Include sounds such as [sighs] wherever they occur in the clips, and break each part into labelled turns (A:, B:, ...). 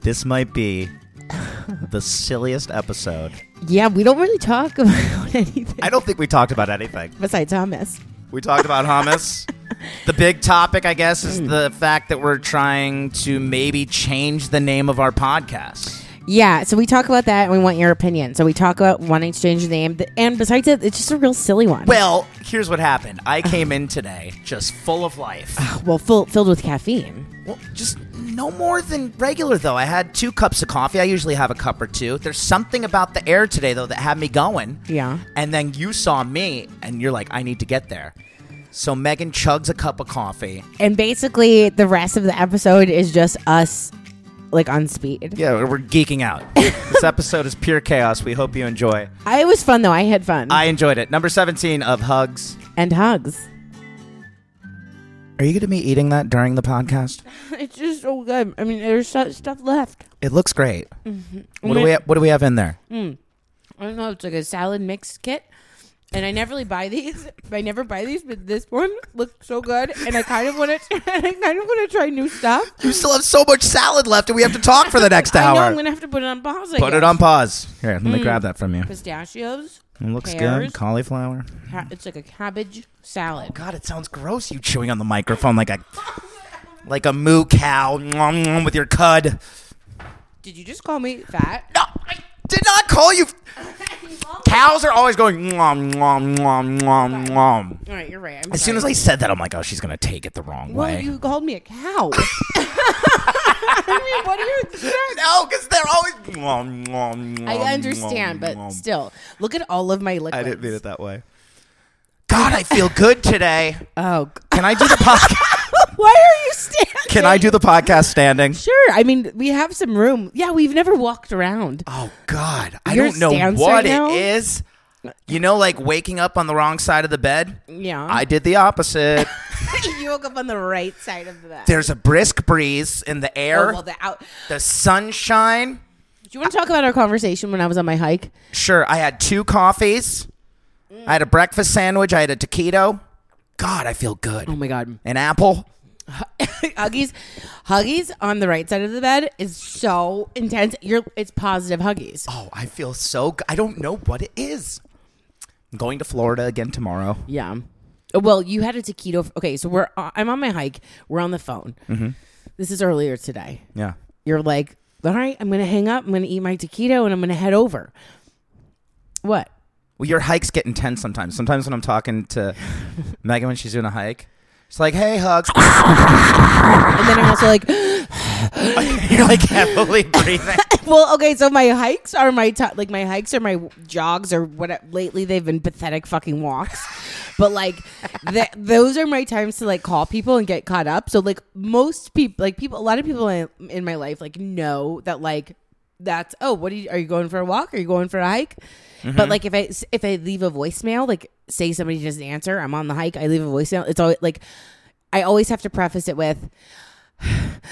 A: This might be the silliest episode.
B: Yeah, we don't really talk [laughs] about anything
A: I don't think we talked about anything.
B: besides hummus.
A: We talked about hummus. the big topic, I guess, is the fact that we're trying to maybe change the name of our podcast.
B: Yeah, so we talk about that and we want your opinion. So we talk about wanting to change the name. th- And besides that, it's just a real silly one.
A: Well, here's what happened. I came in today just full of life.
B: [gasps] well full, filled with caffeine.
A: Well, just no more than regular, though. I had two cups of coffee. I usually have a cup or two. There's something about the air today, though, that had me going.
B: Yeah.
A: And then you saw me, and you're like, I need to get there. So Megan chugs a cup of coffee.
B: And basically, the rest of the episode is just us, like, on speed.
A: Yeah, we're geeking out. [laughs] this episode is pure chaos. We hope you enjoy.
B: I, it was fun, though. I had fun.
A: I enjoyed it. Number 17 of Hugs.
B: and hugs.
A: Are you going to be eating that during the podcast?
B: [laughs] It's just so good. I mean, there's stuff left.
A: It looks great.
B: Mm-hmm.
A: What, do we ha- what do we have in there?
B: I don't know. It's like a salad mix kit. And I never really buy these. [laughs] I never buy these, but this one looks so good, and I kind of want to. [laughs] I kind of want to try new stuff.
A: You still have so much salad left, and we have to talk for the next
B: [laughs] I
A: hour.
B: know I'm gonna have to put it on pause. I
A: Put it
B: guess.
A: on pause. Here, let me grab that from you.
B: pistachios.
A: It looks
B: pears.
A: good. Cauliflower.
B: Ca- it's like a cabbage salad.
A: God, it sounds gross. You chewing on the microphone like a like a moo cow [laughs] nom, nom, with your cud.
B: Did you just call me fat?
A: No, I did not call
B: [laughs]
A: you. Cows are always going nom, nom, nom, nom, nom.
B: All right, you're right. I'm
A: As soon as I said that, I'm like, oh, she's gonna take it the wrong
B: well,
A: way.
B: you called me
A: [laughs]
B: a cow. [laughs] I mean, what do you expect?
A: no, because oh, they're always. Nom, nom, nom,
B: I understand,
A: nom,
B: but
A: nom.
B: still, look at all of my liquids.
A: I didn't mean it that way. God, I feel good today.
B: Oh,
A: Can I do the podcast?
B: [laughs] why are you standing?
A: Can I do the podcast standing?
B: Sure. I mean, we have some room. Yeah, we've never walked around.
A: Oh God, I
B: Your
A: don't know
B: stance
A: what
B: right now?
A: it is. You know, like waking up on the wrong side of the bed.
B: Yeah.
A: [laughs] I did the [laughs] opposite.
B: you woke up on the right side of the bed.
A: There's a brisk breeze in the air.
B: Oh, well, the out.
A: the sunshine.
B: Do you want to talk about our conversation when I was on my hike?
A: Sure, I had two coffees. I had a breakfast sandwich. I had a taquito. God, I feel good.
B: Oh my god,
A: An apple.
B: [laughs] Huggies, Huggies on the right side of the bed is so intense. You're, it's positive Huggies.
A: Oh, I feel so. Good. I don't know what it is. I'm going to Florida again tomorrow.
B: Yeah. Uh, Well, you had a taquito. f- Okay, so we're uh, I'm on my hike. We're on the phone. This is earlier today.
A: Yeah.
B: You're like, all right, I'm gonna hang up. I'm gonna eat my taquito, and I'm gonna head over. What?
A: Well, your hikes get intense sometimes. Sometimes when I'm talking to Megan when she's doing a hike, she's like, "Hey, hugs." [laughs]
B: And then I'm also like,
A: You're like heavily breathing.
B: [laughs] well, okay, so my hikes are my to like my hikes are my jogs or what. Lately, they've been pathetic fucking walks, but like th- those are my times to like call people and get caught up. So like most people, like people, a lot of people in, in my life like know that like that's oh, what are you, are you going for a walk? Are you going for a hike?
A: Mm-hmm.
B: But like if I if I leave a voicemail, like say somebody doesn't answer, I'm on the hike, I leave a voicemail. It's always like I always have to preface it with. [sighs]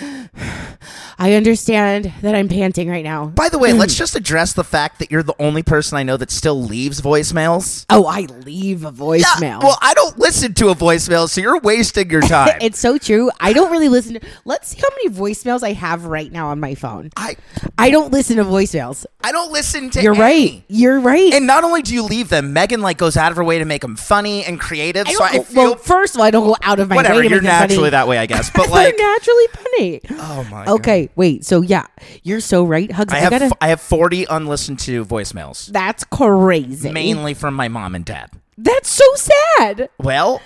B: I understand that I'm panting right now.
A: By the way, let's just address the fact that you're the only person I know that still leaves voicemails.
B: Oh, I leave a voicemail.
A: Yeah, well, I don't listen to a voicemail, so you're wasting
B: [laughs]
A: your time.
B: it's so true. I don't really listen to. Let's see how many voicemails I have right now on my phone.
A: I
B: I don't listen to voicemails.
A: I don't listen to.
B: You're
A: any.
B: right. You're right.
A: And not only do you leave them, Megan like goes out of her way to make them funny and creative.
B: I
A: so
B: don't
A: I
B: go-
A: feel
B: well, first of all, I don't go out of my
A: whatever.
B: way. to
A: You're
B: make it funny.
A: naturally that way, I guess. But
B: [laughs] They're
A: like,
B: naturally funny.
A: oh my. God.
B: okay, wait. So yeah, you're so right, Hugs.
A: I
B: I,
A: have
B: gotta.
A: f- I have 40 unlistened to voicemails,
B: that's crazy.
A: mainly from my mom and dad.
B: That's so sad. [laughs]
A: Well,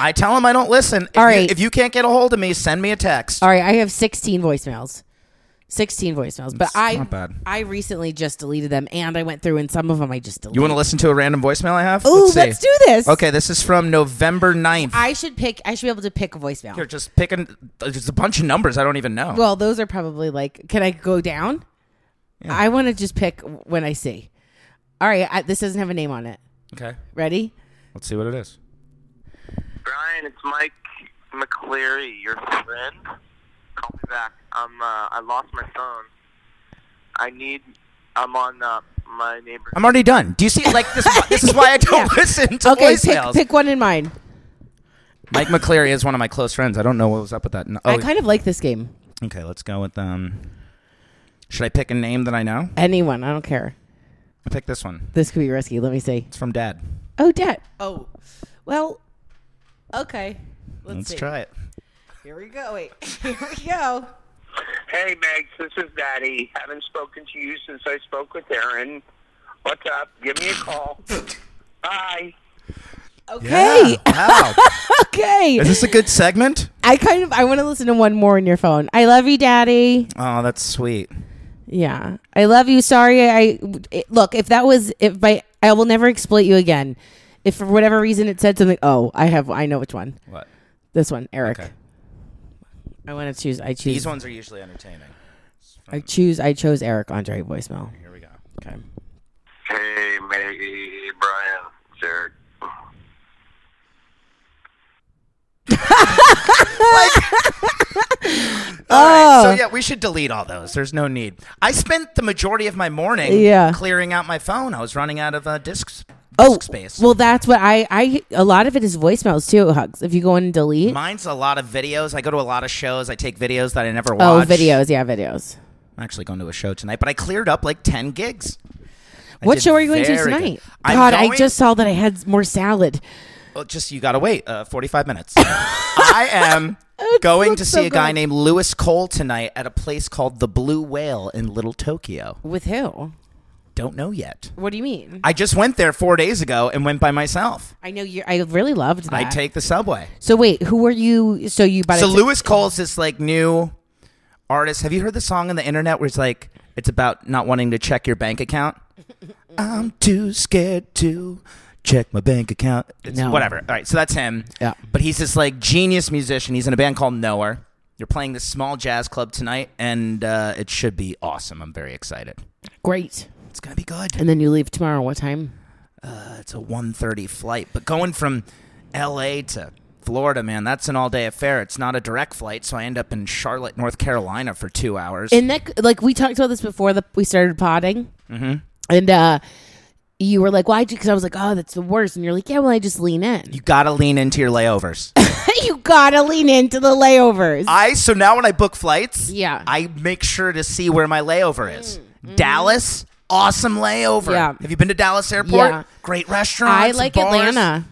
A: I tell them I don't listen. If
B: All
A: you-
B: right.
A: if you can't get a hold of me, send me a text.
B: All right, I have 16 voicemails. 16 voicemails, but
A: It's
B: I
A: not bad.
B: I recently just deleted them, and I went through, and some of them I just deleted.
A: You want to listen to a random voicemail I have?
B: Ooh, let's,
A: see.
B: do this.
A: Okay, this is from November 9th.
B: I should pick. I should be able to pick a voicemail.
A: Here, just picking. There's a bunch of numbers I don't even know.
B: Well, those are probably like. Can I go down? I want to just pick when I see. All right, I, this doesn't have a name on it.
A: okay,
B: Ready?
A: let's see what it is.
C: Brian, it's Mike McCleary, your friend. Call me back. I'm uh, I lost my phone. I need. I'm on uh, my neighbor's
A: I'm already done. Do you see? Like this. this is why I don't listen to
B: Okay, pick,
A: voicemails.
B: pick one in mind.
A: Mike McCleary is one of my close friends. I don't know what was up with that. No, oh,
B: I kind of like this game.
A: okay, let's go with um. Should I pick a name that I know?
B: Anyone, I don't care.
A: I pick this one.
B: This could be risky. Let me see.
A: It's from Dad.
B: Oh, Dad. Oh, well, okay. Let's,
A: Let's
B: see.
A: try it.
B: Here we go. Wait. [laughs] Here we go.
C: Hey, Megs, this is Daddy. Haven't spoken to you since I spoke with Aaron. What's up? Give me a call. Bye.
B: Okay.
A: Wow.
B: Okay.
A: Is this a good segment?
B: I kind of I want to listen to one more on your phone. I love you, Daddy.
A: Oh, that's sweet.
B: Yeah, I love you. Sorry, I it- look. If that was if I I will never exploit you again. If for whatever reason it said something, oh, I have I know which one.
A: What?
B: This one, Eric.
A: Okay.
B: I want to choose. I choose.
A: These ones are usually entertaining.
B: I choose. I chose Eric Andre voicemail.
A: Here we go.
B: Okay.
C: Hey, Maggie, Brian, Jared.
A: All right,
B: Oh.
A: so yeah, we should delete all those. There's no need. I spent the majority of my morning
B: Yeah.
A: clearing out my phone. I was running out of uh, discs, disk
B: Oh,
A: space.
B: well, that's what I I a lot of it is voicemails too. Hugs. If you go in and delete.
A: Mine's a lot of videos. I go to a lot of shows. I take videos that I never
B: Oh,
A: watch.
B: videos. Yeah, videos.
A: I'm actually going to a show tonight, but I cleared up like 10 gigs. I
B: What
A: did
B: show are you going to
A: very good.
B: tonight?
A: I'm
B: God, I
A: going-
B: just saw that I had more salad.
A: Well, just you gotta wait uh, 45
B: [laughs]
A: minutes. I am going to
B: looks
A: see
B: so
A: a guy
B: good.
A: named Lewis Cole tonight at a place called the Blue Whale in Little Tokyo.
B: With who?
A: Don't know yet.
B: What do you mean?
A: I just went there four days ago and went by myself.
B: I know you. I really loved that.
A: I take the subway.
B: So wait, who are you? So you bought
A: So
B: a t-
A: Lewis Cole's this like new artist. Have you heard the song on the internet where it's like it's about not wanting to check your bank [laughs] account? I'm too scared to check my bank account. It's
B: No.
A: whatever. All right, so that's him.
B: Yeah.
A: But he's this like genius musician. He's in a band called Knower. They're playing this small jazz club tonight, and uh, it should be awesome. I'm very excited.
B: great.
A: It's gonna be good.
B: And then you leave tomorrow. What time?
A: uh, It's a 1:30 flight, but going from LA to Florida, man, that's an all-day affair. It's not a direct flight, so I end up in Charlotte, North Carolina for 2 hours.
B: And that, like we talked about this before the, we started potting, mm-hmm. and uh you were like, "Why?" Because I was like, "Oh, that's the worst," and you're like, "Yeah, well, I just lean in." [laughs]
A: you got to lean into your layovers.
B: you gotta lean into the layovers.
A: I so now when I book flights,
B: Yeah. Mm,
A: I make sure to see where my layover is. Dallas, awesome layover.
B: Yeah.
A: Have you been to Dallas Airport?
B: Yeah.
A: Great restaurants.
B: I
A: and
B: like
A: bars.
B: Atlanta.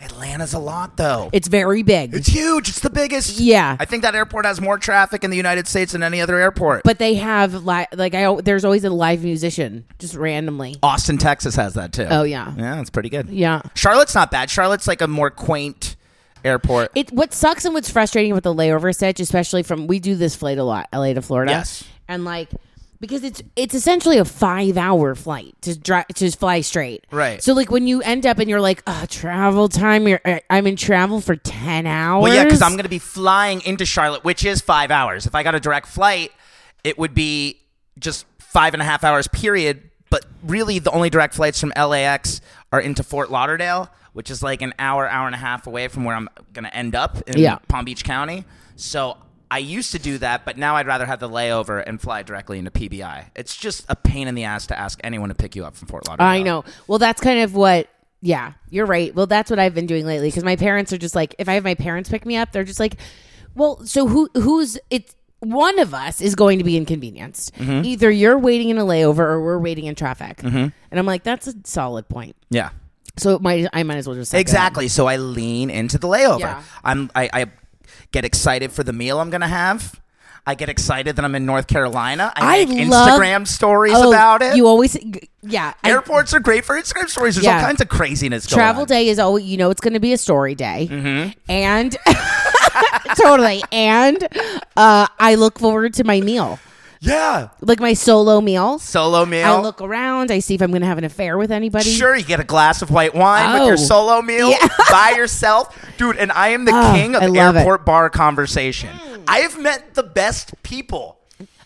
A: Atlanta's a lot though.
B: It's very big,
A: It's huge. It's the biggest.
B: Yeah.
A: I think that airport has more traffic in the United States than any other airport.
B: but they have li- like I al- there's always a live musician just randomly.
A: Austin, Texas has that too.
B: Oh, yeah.
A: Yeah, it's pretty good.
B: Yeah.
A: Charlotte's not bad. Charlotte's like a more quaint airport.
B: It what sucks and what's frustrating with the layover sitch, especially from we do this flight a lot, LA to Florida.
A: Yes.
B: And like because it's it's essentially a five hour flight to drive to fly straight.
A: Right.
B: So like when you end up and you're like, oh, travel time. You're uh, I'm in travel for ten hours.
A: well, yeah, because I'm going to be flying into Charlotte, which is five hours. If I got a direct flight, it would be just five and a half hours, period. But really, the only direct flights from LAX are into Fort Lauderdale, which is like an hour, hour and a half away from where I'm going to end up in
B: Yeah.
A: Palm Beach County. So I used to do that, but now I'd rather have the layover and fly directly into PBI. It's just a pain in the ass to ask anyone to pick you up from Fort Lauderdale.
B: I know. Well, that's kind of what. Yeah, you're right. Well, that's what I've been doing lately because my parents are just like, if I have my parents pick me up, they're just like, well, so who who's it's one of us is going to be inconvenienced.
A: Mm-hmm.
B: Either you're waiting in a layover or we're waiting in traffic. And I'm like, that's a solid point.
A: Yeah.
B: So it might I might as well just suck it up.
A: Exactly. So I lean into the layover.
B: Yeah.
A: I'm I, I get excited for the meal I'm gonna have. I get excited that I'm in North Carolina. I,
B: I
A: make
B: love-
A: Instagram stories
B: Oh,
A: about it.
B: You always, yeah. I-
A: Airports are great for Instagram stories. There's all
B: Yeah.
A: kinds of craziness. going
B: travel
A: on.
B: day is always, you know, it's going to be a story day,
A: Mm-hmm.
B: and [laughs] totally. And uh, I look forward to my meal,
A: Yeah.
B: like my solo meal.
A: Solo meal.
B: I look around. I see if I'm going to have an affair with anybody.
A: Sure, you get a glass of white wine with your
B: Oh.
A: solo meal [laughs] by yourself. Dude, and I am the
B: Oh,
A: king of
B: I love it. Mm.
A: airport bar conversation. I have met the best people.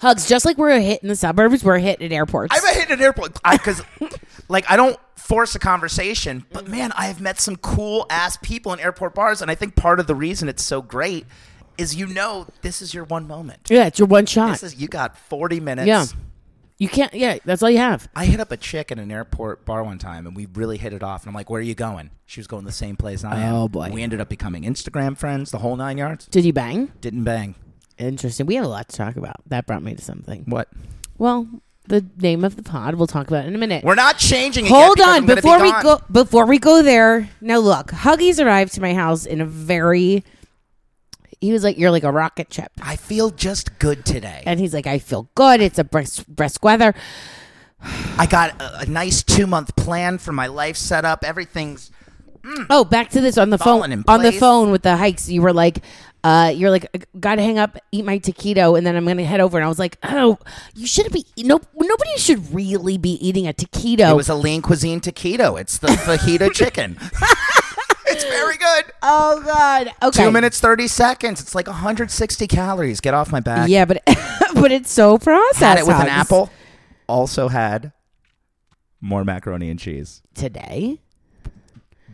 B: Hugs, just like we're a hit in the suburbs, we're a hit at airports.
A: I've hit an airport because, like, I don't force a conversation, but
B: Mm-hmm.
A: man, I have met some cool ass people in airport bars, and I think part of the reason it's so great is you know this is your one moment.
B: yeah, it's your one shot.
A: This is you got forty minutes.
B: yeah. You can't, yeah, that's all you have.
A: I hit up a chick at an airport bar one time, and we really hit it off. And I'm like, "Where are you going?" She was going the same place I am.
B: Oh, boy.
A: We ended up becoming Instagram friends, the whole nine yards.
B: Did you bang?
A: Didn't bang.
B: Interesting. We have a lot to talk about. That brought me to something.
A: What?
B: Well, the name of the pod we'll talk about in a minute.
A: We're not changing. it yet
B: Hold
A: because
B: on
A: I'm gonna be
B: before we
A: gone.
B: go before we go there. Now look, Huggies arrived to my house in a very. He was like, "You're like a rocket ship,"
A: I feel just good today.
B: and he's like, "I feel good. It's a brisk, brisk weather."
A: I got a, a nice two month plan for my life set up. Everything's
B: Oh, back to this on the
A: Fallen
B: phone.
A: in
B: On the
A: place.
B: phone with the hikes, you were like, uh, "You're like, gotta hang up, eat my taquito, and then I'm gonna head over." And I was like, "Oh, you shouldn't be. No, nobody should really be eating a
A: it
B: taquito."
A: was a lean cuisine taquito. It's the
B: [laughs]
A: fajita chicken. [laughs] it's very good.
B: oh God. Okay.
A: Two minutes thirty seconds. It's like 160 calories. Get off my back.
B: Yeah, but [laughs] but it's so processed.
A: had it with an
B: Hugs.
A: apple. Also had more macaroni and cheese.
B: today.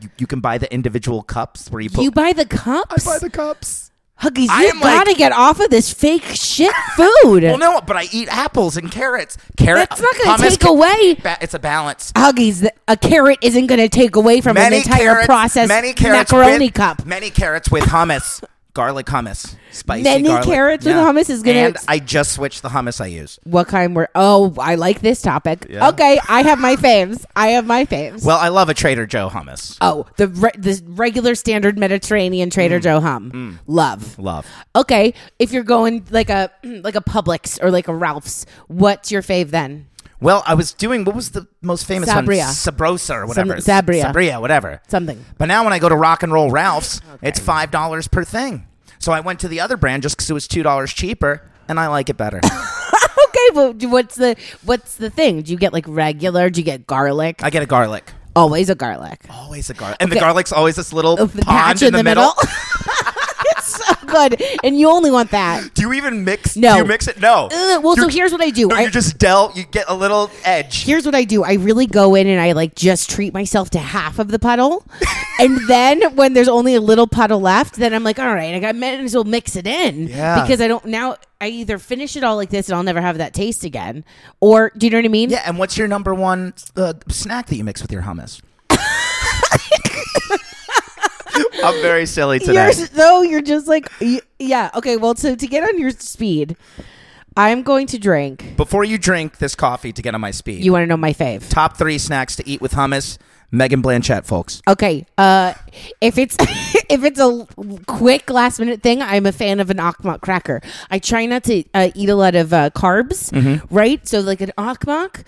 A: You, you can buy the individual cups where you put.
B: You buy the cups,
A: I buy the cups.
B: Huggies.
A: I
B: You
A: am like-
B: gotta get off of this
A: [laughs]
B: fake shit food.
A: Well, no, but I eat apples and carrots. Carrot.
B: That's not gonna
A: hummus
B: take
A: ca-
B: away-
A: Ba- it's a balance.
B: Huggies, th- a carrot isn't going to take away from an entire processed
A: many carrots
B: macaroni
A: with,
B: cup.
A: Many carrots with hummus, garlic hummus, spicy.
B: Many
A: garlic.
B: carrots with hummus is gonna-
A: And I just switched the hummus I use.
B: What kind were? Oh, I like this topic.
A: Yeah.
B: Okay, I have my faves. I have my faves.
A: Well, I love a Trader Joe hummus.
B: oh, the re- the regular standard Mediterranean
A: Mm.
B: Trader Joe hum, love.
A: Love.
B: Okay, if you're going like a [clears throat] like a Publix or like a Ralph's, what's your fave then?
A: Well, I was doing what was the most famous
B: Sabria.
A: one? Sabrosa or whatever.
B: Some- Sabria.
A: Sabria, whatever.
B: Something.
A: But now when I go to Rock and Roll Ralph's, it's five dollars per thing. So I went to the other brand just because it was two dollars cheaper, and I like it
B: [coughs]
A: better.
B: Okay, but do- what's the what's the thing? Do you get like regular? Do you get garlic?
A: I get a garlic.
B: Always a garlic.
A: Always a garlic, and the garlic's always this little
B: The
A: pond
B: patch
A: in the, middle.
B: [laughs] it's so good, and you only want that.
A: Do you even mix?
B: No.
A: Do you mix it? No.
B: Ugh, well, so here's what I do.
A: No,
B: I-
A: you just del. You get a little edge.
B: here's what I do. I really go in and I like just treat myself to half of
A: [laughs]
B: the puddle. and then when there's only a little puddle left, then I'm like, all right, I got might as well mix it in.
A: Yeah.
B: Because I don't now I either finish it all like this and I'll never have that taste again. Or do you know what I mean?
A: Yeah. And what's your number one uh, snack that you mix with your hummus? [laughs] I'm very silly today.
B: You're, though you're just like y- yeah, okay, well so to get on your speed, I'm going to drink.
A: [laughs] Before you drink this coffee to get on my speed,
B: You want to know my fave?
A: top three snacks to eat with hummus. Megan Blanchett, folks.
B: Okay. Uh, if it's [laughs] if it's a l- quick last minute thing, I'm a fan of an akmak cracker. I try not to uh, eat a lot of uh, carbs,
A: Mm-hmm.
B: right? So like an akmak.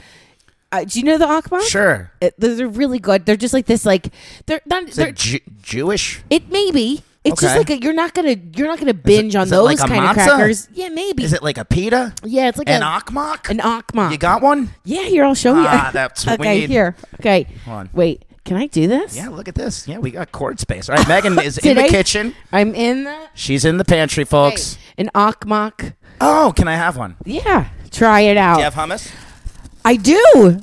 B: Uh, do you know the akmak?
A: Sure.
B: Uh, those are really good. They're just like this. Like they're not.
A: Is
B: They're,
A: it Ju- Jewish?
B: it may be. It's just
A: Okay.
B: like a, you're not gonna you're not gonna binge on
A: is it
B: those
A: like a
B: kind of
A: matzah?
B: crackers. Yeah, maybe.
A: Is it like a pita?
B: yeah, it's like
A: An
B: a-
A: akmak?
B: an akmak.
A: You got one?
B: yeah, here I'll show you.
A: Ah, that's what we
B: [laughs] okay.
A: need.
B: Here. Okay.
A: Hold on.
B: Wait. Can I do this?
A: Yeah, look at this. Yeah, we got cord space. All right, Megan is in the
B: Today-
A: kitchen.
B: I'm in the
A: She's in the pantry, folks.
B: an akmak.
A: Oh, can I have one? Oh. Do
B: Yeah, try it out.
A: you have hummus? [laughs]
B: I do.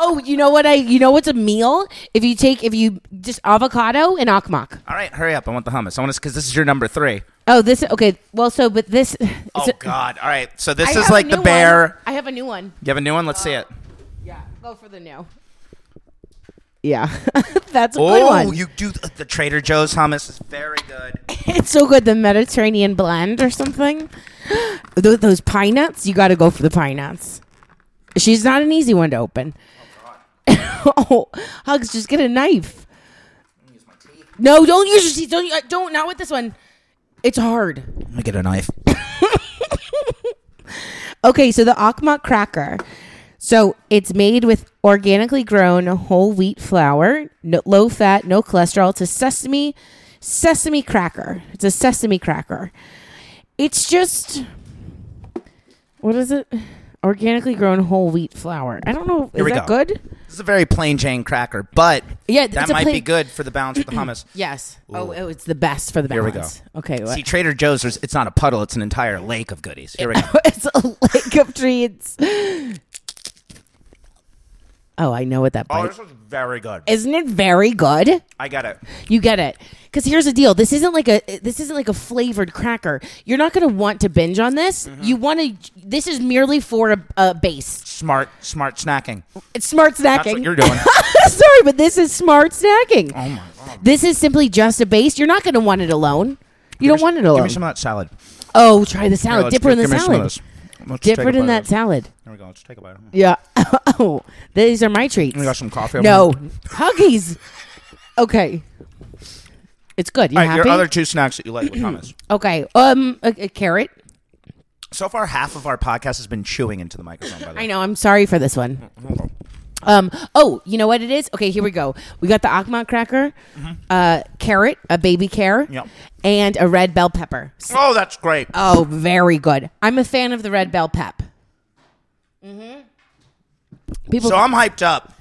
B: oh, you know what I? You know what's a meal? If you take, if you just avocado and akmak.
A: All right, hurry up. I want the hummus. I want to, because this is your number three.
B: Oh, this okay. Well, so but this.
A: Oh,
B: so-
A: God. All right, so
B: I
A: this
B: have
A: is
B: a
A: like
B: new
A: the
B: one.
A: bear.
B: I have a new one.
A: You have a new one? Let's see it.
B: Yeah, go for the new. Yeah, [laughs] that's a good
A: Oh,
B: one.
A: you do. The Trader Joe's hummus is very good.
B: [laughs] it's so good. The Mediterranean blend or something. [gasps] Tho- Those pine nuts, you got to go for the pine nuts. She's not an easy one to open. [laughs] Oh, Hugs, just get a knife. No, don't use your teeth. Don't, uh, don't, not with this one. It's hard.
A: Let me get a knife.
B: Okay, so the Akmak cracker. So it's made with organically grown whole wheat flour, no, low fat, no cholesterol. It's a sesame, sesame cracker. It's a sesame cracker. It's just, what is it? Organically grown whole wheat flour. I don't know. Is
A: we
B: that
A: go.
B: good?
A: This is a very plain Jane cracker, but
B: Yeah,
A: that
B: it's a
A: might be
B: plain-
A: good for the balance with the
B: [clears throat]
A: hummus.
B: Yes. Oh,
A: Ooh.
B: oh, it's the best for the
A: Here we
B: balance.
A: go.
B: Okay. what-
A: See, Trader Joe's, there's- it's not a puddle, it's an entire lake of goodies. Here we [laughs] go.
B: [laughs] it's a lake of treats. [gasps] Oh, I know what that bite.
A: is very good.
B: Isn't it very good?
A: I got it.
B: You get it. Cuz here's the deal. This isn't like a this isn't like a flavored cracker. You're not going to want to binge on this.
A: Mm-hmm.
B: You want to this is merely for a, a base.
A: Smart, smart snacking.
B: It's smart snacking.
A: That's
B: [laughs]
A: what you're doing.
B: Sorry, but this is smart snacking. Oh my god. This is simply just a base. You're not going to want it alone. You don't want it
A: Give
B: alone.
A: me some of that salad.
B: Oh, try the salad.
A: let's
B: Dip her in the
A: give me some of
B: salad.
A: those. Let's take a
B: Different in
A: bite
B: that
A: of this.
B: salad.
A: Here we go. Let's [laughs] take a bite. of it.
B: Yeah. [laughs] oh, these are my treats.
A: We got some coffee. over
B: no,
A: here.
B: Huggies. Okay. It's good. You
A: All right,
B: happy?
A: your other two snacks that you like with hummus.
B: okay. Um, a, a carrot.
A: [clears throat] So far, half of our podcast has been chewing into the microphone. By the way,
B: I know. I'm sorry for this one. Um. Oh, you know what it is? Okay, here we go. We got the Akmat cracker,
A: Mm-hmm.
B: uh, carrot, a baby carrot,
A: Yep.
B: and a red bell pepper. S-
A: Oh, that's great.
B: Oh, very good. I'm a fan of the red bell pep. Mm-hmm. People.
A: So I'm hyped up.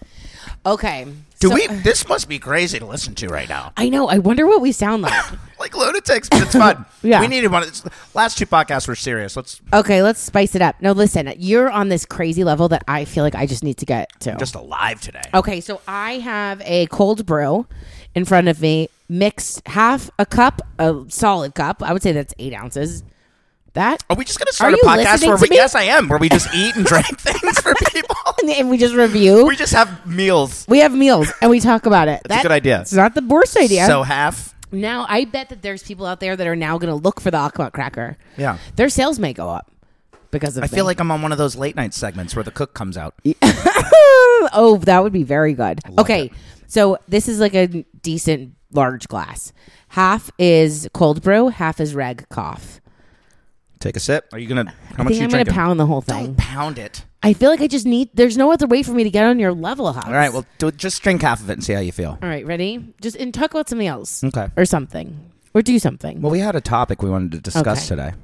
B: okay.
A: Do
B: So-
A: we? This must be crazy to listen to right now. [coughs]
B: I know. I wonder what we sound like.
A: Like lunatics, [laughs] but it's fun.
B: Yeah.
A: We needed one. It's, last two podcasts were serious. Let's
B: okay, let's spice it up. No, listen. You're on this crazy level that I feel like I just need to get to.
A: just alive today.
B: Okay, so I have a cold brew in front of me, mixed half a cup, a solid cup. I would say that's eight ounces. That
A: Are we just going to start
B: Are
A: a
B: you
A: podcast
B: listening
A: where
B: to
A: we?
B: me?
A: Yes, I am. Where we just eat and [laughs] drink things for people.
B: and we just review.
A: we just have meals.
B: We have meals and we talk about it.
A: [laughs] That's a
B: That-
A: good idea.
B: It's not the worst idea.
A: So half.
B: now I bet that there's people out there that are now going to look for the Aqua Cracker.
A: Yeah.
B: their sales may go up because of.
A: I feel like I'm on one of those late night segments where the cook comes out.
B: oh, that would be very good. Okay, so this is like a decent large glass. Half is cold brew, half is reg cough.
A: Take a sip. Are you gonna? How
B: I
A: much
B: think
A: are you
B: I'm going to
A: drinking?
B: pound the whole thing.
A: Pound it.
B: I feel like I just need. There's no other way for me to get on your level, Hubs.
A: All right. Well, do, just drink half of it and see how you feel.
B: all right, ready? Just and talk about something else,
A: Okay.
B: or something, or do something.
A: Well, we had a topic we wanted to discuss
B: Okay.
A: today.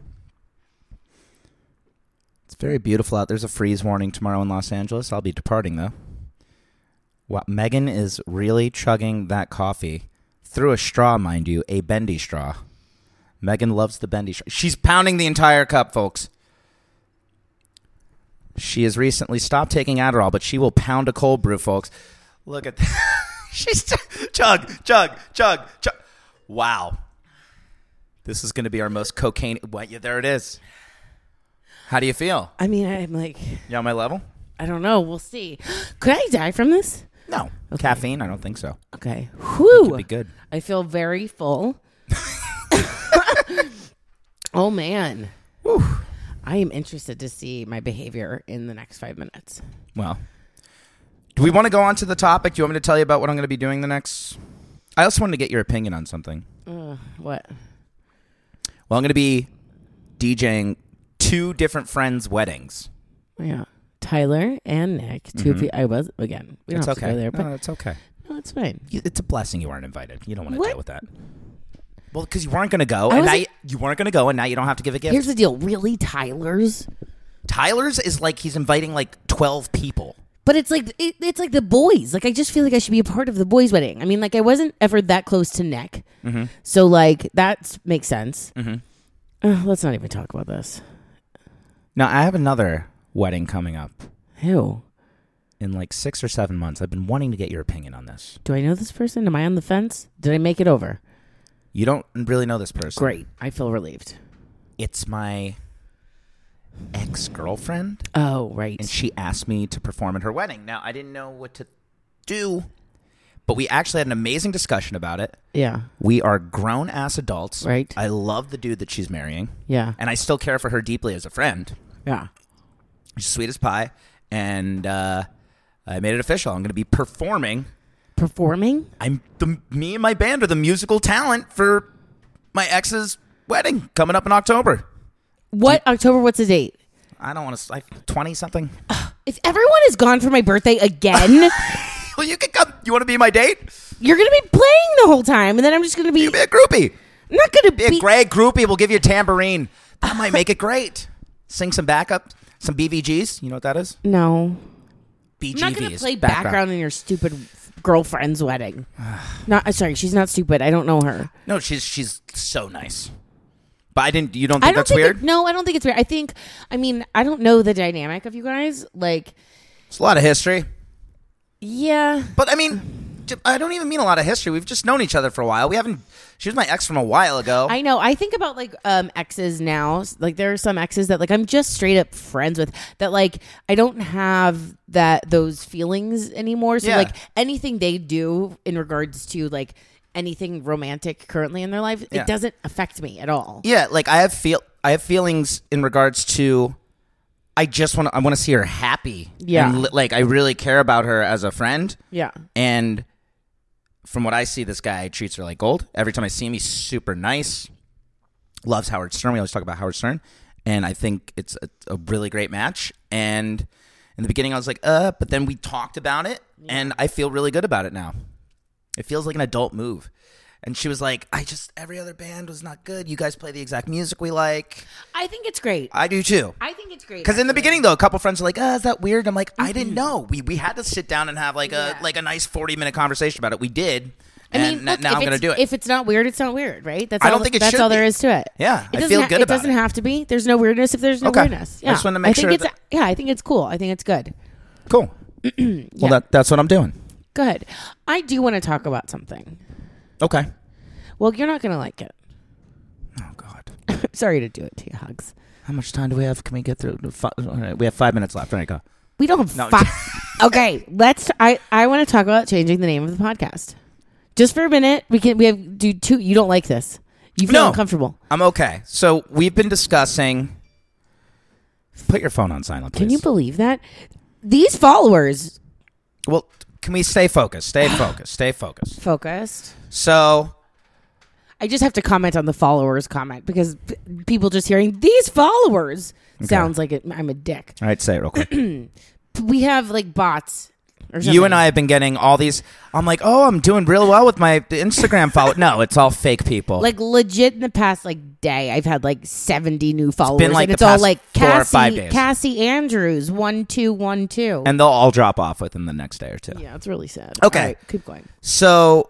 A: It's very beautiful out. There's a freeze warning tomorrow in Los Angeles. I'll be departing though. Wow, Megan is really chugging that coffee through a straw, mind you, a bendy straw. Megan loves the bendy straw. She's pounding the entire cup, folks. She has recently stopped taking Adderall, but she will pound a cold brew, folks. Look at [laughs] that. She's chug, chug, chug, chug. Wow. This is going to be our most cocaine. What? Yeah, there it is. How do you feel?
B: I mean, I'm like,
A: You on my level?
B: I don't know. We'll see. [gasps] Could I die from this?
A: No. Caffeine? I don't think so.
B: Okay. Whew.
A: It'd be good.
B: I feel
A: [laughs]
B: very full. oh man. I am interested to see my behavior in the next five minutes.
A: Well, do we want to go on to the topic? Do you want me to tell you about what I'm going to be doing the next? I also wanted to get your opinion on something.
B: Uh, what?
A: Well, I'm going to be DJing two different friends' weddings.
B: Yeah. Tyler and Nick. 2 pe- I was again. We
A: Mm-hmm.
B: don't
A: It's
B: have to
A: okay.
B: go there, but
A: no, it's okay.
B: no, it's fine.
A: You- It's a blessing you weren't invited. You don't want to
B: What?
A: deal with that. Well, because you weren't going to go,
B: I
A: and now
B: wasn't-
A: you, you weren't going to go, and now you don't have to give a gift.
B: Here's the deal. Really, Tyler's,
A: Tyler's is like he's inviting like 12 people.
B: but it's like it, it's like the boys. Like I just feel like I should be a part of the boys' wedding. I mean, like I wasn't ever that close to Nick,
A: Mm-hmm.
B: so like that makes sense.
A: Mm-hmm.
B: Uh, let's not even talk about this.
A: Now, I have another wedding coming up
B: Who?
A: in like six or seven months. I've been wanting to get your opinion on this.
B: Do I know this person? Am I on the fence? Did I make it over?
A: You don't really know this person.
B: Great. I feel relieved.
A: It's my ex girlfriend,
B: Oh, right.
A: and she asked me to perform at her wedding. Now, I didn't know what to do, but we actually had an amazing discussion about it.
B: yeah.
A: We are grown ass adults.
B: Right.
A: I love the dude that she's marrying,
B: Yeah.
A: and I still care for her deeply as a friend.
B: Yeah.
A: She's sweet as pie, and uh, I made it official. I'm going to be performing.
B: Performing?
A: I'm the me and my band are the musical talent for my ex's wedding coming up in October.
B: What October? What's the date?
A: I don't want to like twenty something.
B: If everyone is gone for my birthday again,
A: [laughs] well, you can come. You want to be my date?
B: you're gonna be playing the whole time, and then I'm just gonna be
A: You be a groupie.
B: I'm not gonna
A: Be a
B: be.
A: great groupie. We'll give you a tambourine. That might make it great. Sing some backup, some BVGs. You know what that is?
B: no,
A: BGVs.
B: I'm not gonna play background, in your stupid girlfriend's
A: [sighs]
B: wedding. not uh, sorry, she's not stupid. I don't know her.
A: No, she's she's so nice. But I didn't. You don't think
B: I don't
A: that's
B: think
A: weird?
B: It, no, I don't think it's weird. I think, I mean, I don't know the dynamic of you guys. Like,
A: It's a lot of history.
B: yeah,
A: But I mean, j- I don't even mean a lot of history. We've just known each other for a while. We haven't. She was my ex from a while ago.
B: I know. I think about like um exes now. S- Like there are some exes that like I'm just straight up friends with that like I don't have that those feelings anymore. So
A: Yeah.
B: like anything they do in regards to like anything romantic currently in their life,
A: Yeah.
B: it doesn't affect me at all.
A: Yeah, like I have feel I have feelings in regards to I just want to I want to see her happy.
B: Yeah.
A: And, li- like I really care about her as a friend.
B: Yeah.
A: And from what I see, this guy treats her like gold. Every time I see him, he's super nice. Loves Howard Stern. We always talk about Howard Stern, and I think it's a, a really great match. And in the beginning, I was like, uh, but then we talked about it, and I feel really good about it now. It feels like an adult move. And she was like, I just every other band was not good. You guys play the exact music we like.
B: I think it's great.
A: I do too.
B: I think it's great.
A: Because in the beginning, though, a couple friends are like, "Uh, is that weird?" I'm like, "I didn't know." We we had to sit down and have like a
B: Mm-hmm. Yeah.
A: like a nice 40 minute conversation about it. We did,
B: I
A: and
B: mean,
A: n-
B: look,
A: now
B: if
A: I'm gonna
B: it's-
A: do it.
B: If it's not weird, it's not weird, right? That's
A: I don't
B: all,
A: think it
B: that's
A: should
B: all there
A: be.
B: is to it.
A: Yeah,
B: it
A: I
B: doesn't
A: feel
B: ha-
A: good
B: It
A: about
B: doesn't
A: it.
B: have to be. There's no weirdness if there's no
A: Okay.
B: weirdness.
A: I
B: Yeah,
A: just wanted to make
B: think
A: sure
B: it's
A: that-
B: yeah, I think it's cool. I think it's good.
A: cool.
B: [clears throat]
A: Well, that that's what I'm doing.
B: Good. I do want to talk about something.
A: Okay.
B: Well, you're not gonna like it. [laughs]
A: Oh God,
B: Sorry to do it to you, Hugs.
A: how much time do we have? Can we get through? the fi- all right, we have five minutes left. All right, go.
B: We don't have
A: No.
B: fi- [laughs] okay, let's. I I want to talk about changing the name of the podcast. Just for a minute, we can. We have do two. You don't like this. You feel
A: No.
B: uncomfortable.
A: I'm okay. So we've been discussing. Put your phone on silent, please.
B: Can you believe that? These followers
A: well, can we stay focused? Stay focused. Stay focused.
B: focused.
A: So
B: I just have to comment on the followers comment because p- people just hearing these followers sounds like it, I'm a dick.
A: all right, say it real quick.
B: We have like bots. Or something.
A: You and I have been getting all these. I'm like, oh, I'm doing real well with my Instagram follow. no, it's all fake people.
B: like legit in the past like day I've had like 70 new followers
A: like,
B: and
A: the
B: it's all
A: past
B: like
A: four or
B: Cassie
A: five days.
B: Cassie Andrews 1212.
A: and they'll all drop off within the next day or two.
B: yeah, it's really sad.
A: Okay.
B: All right, keep going.
A: So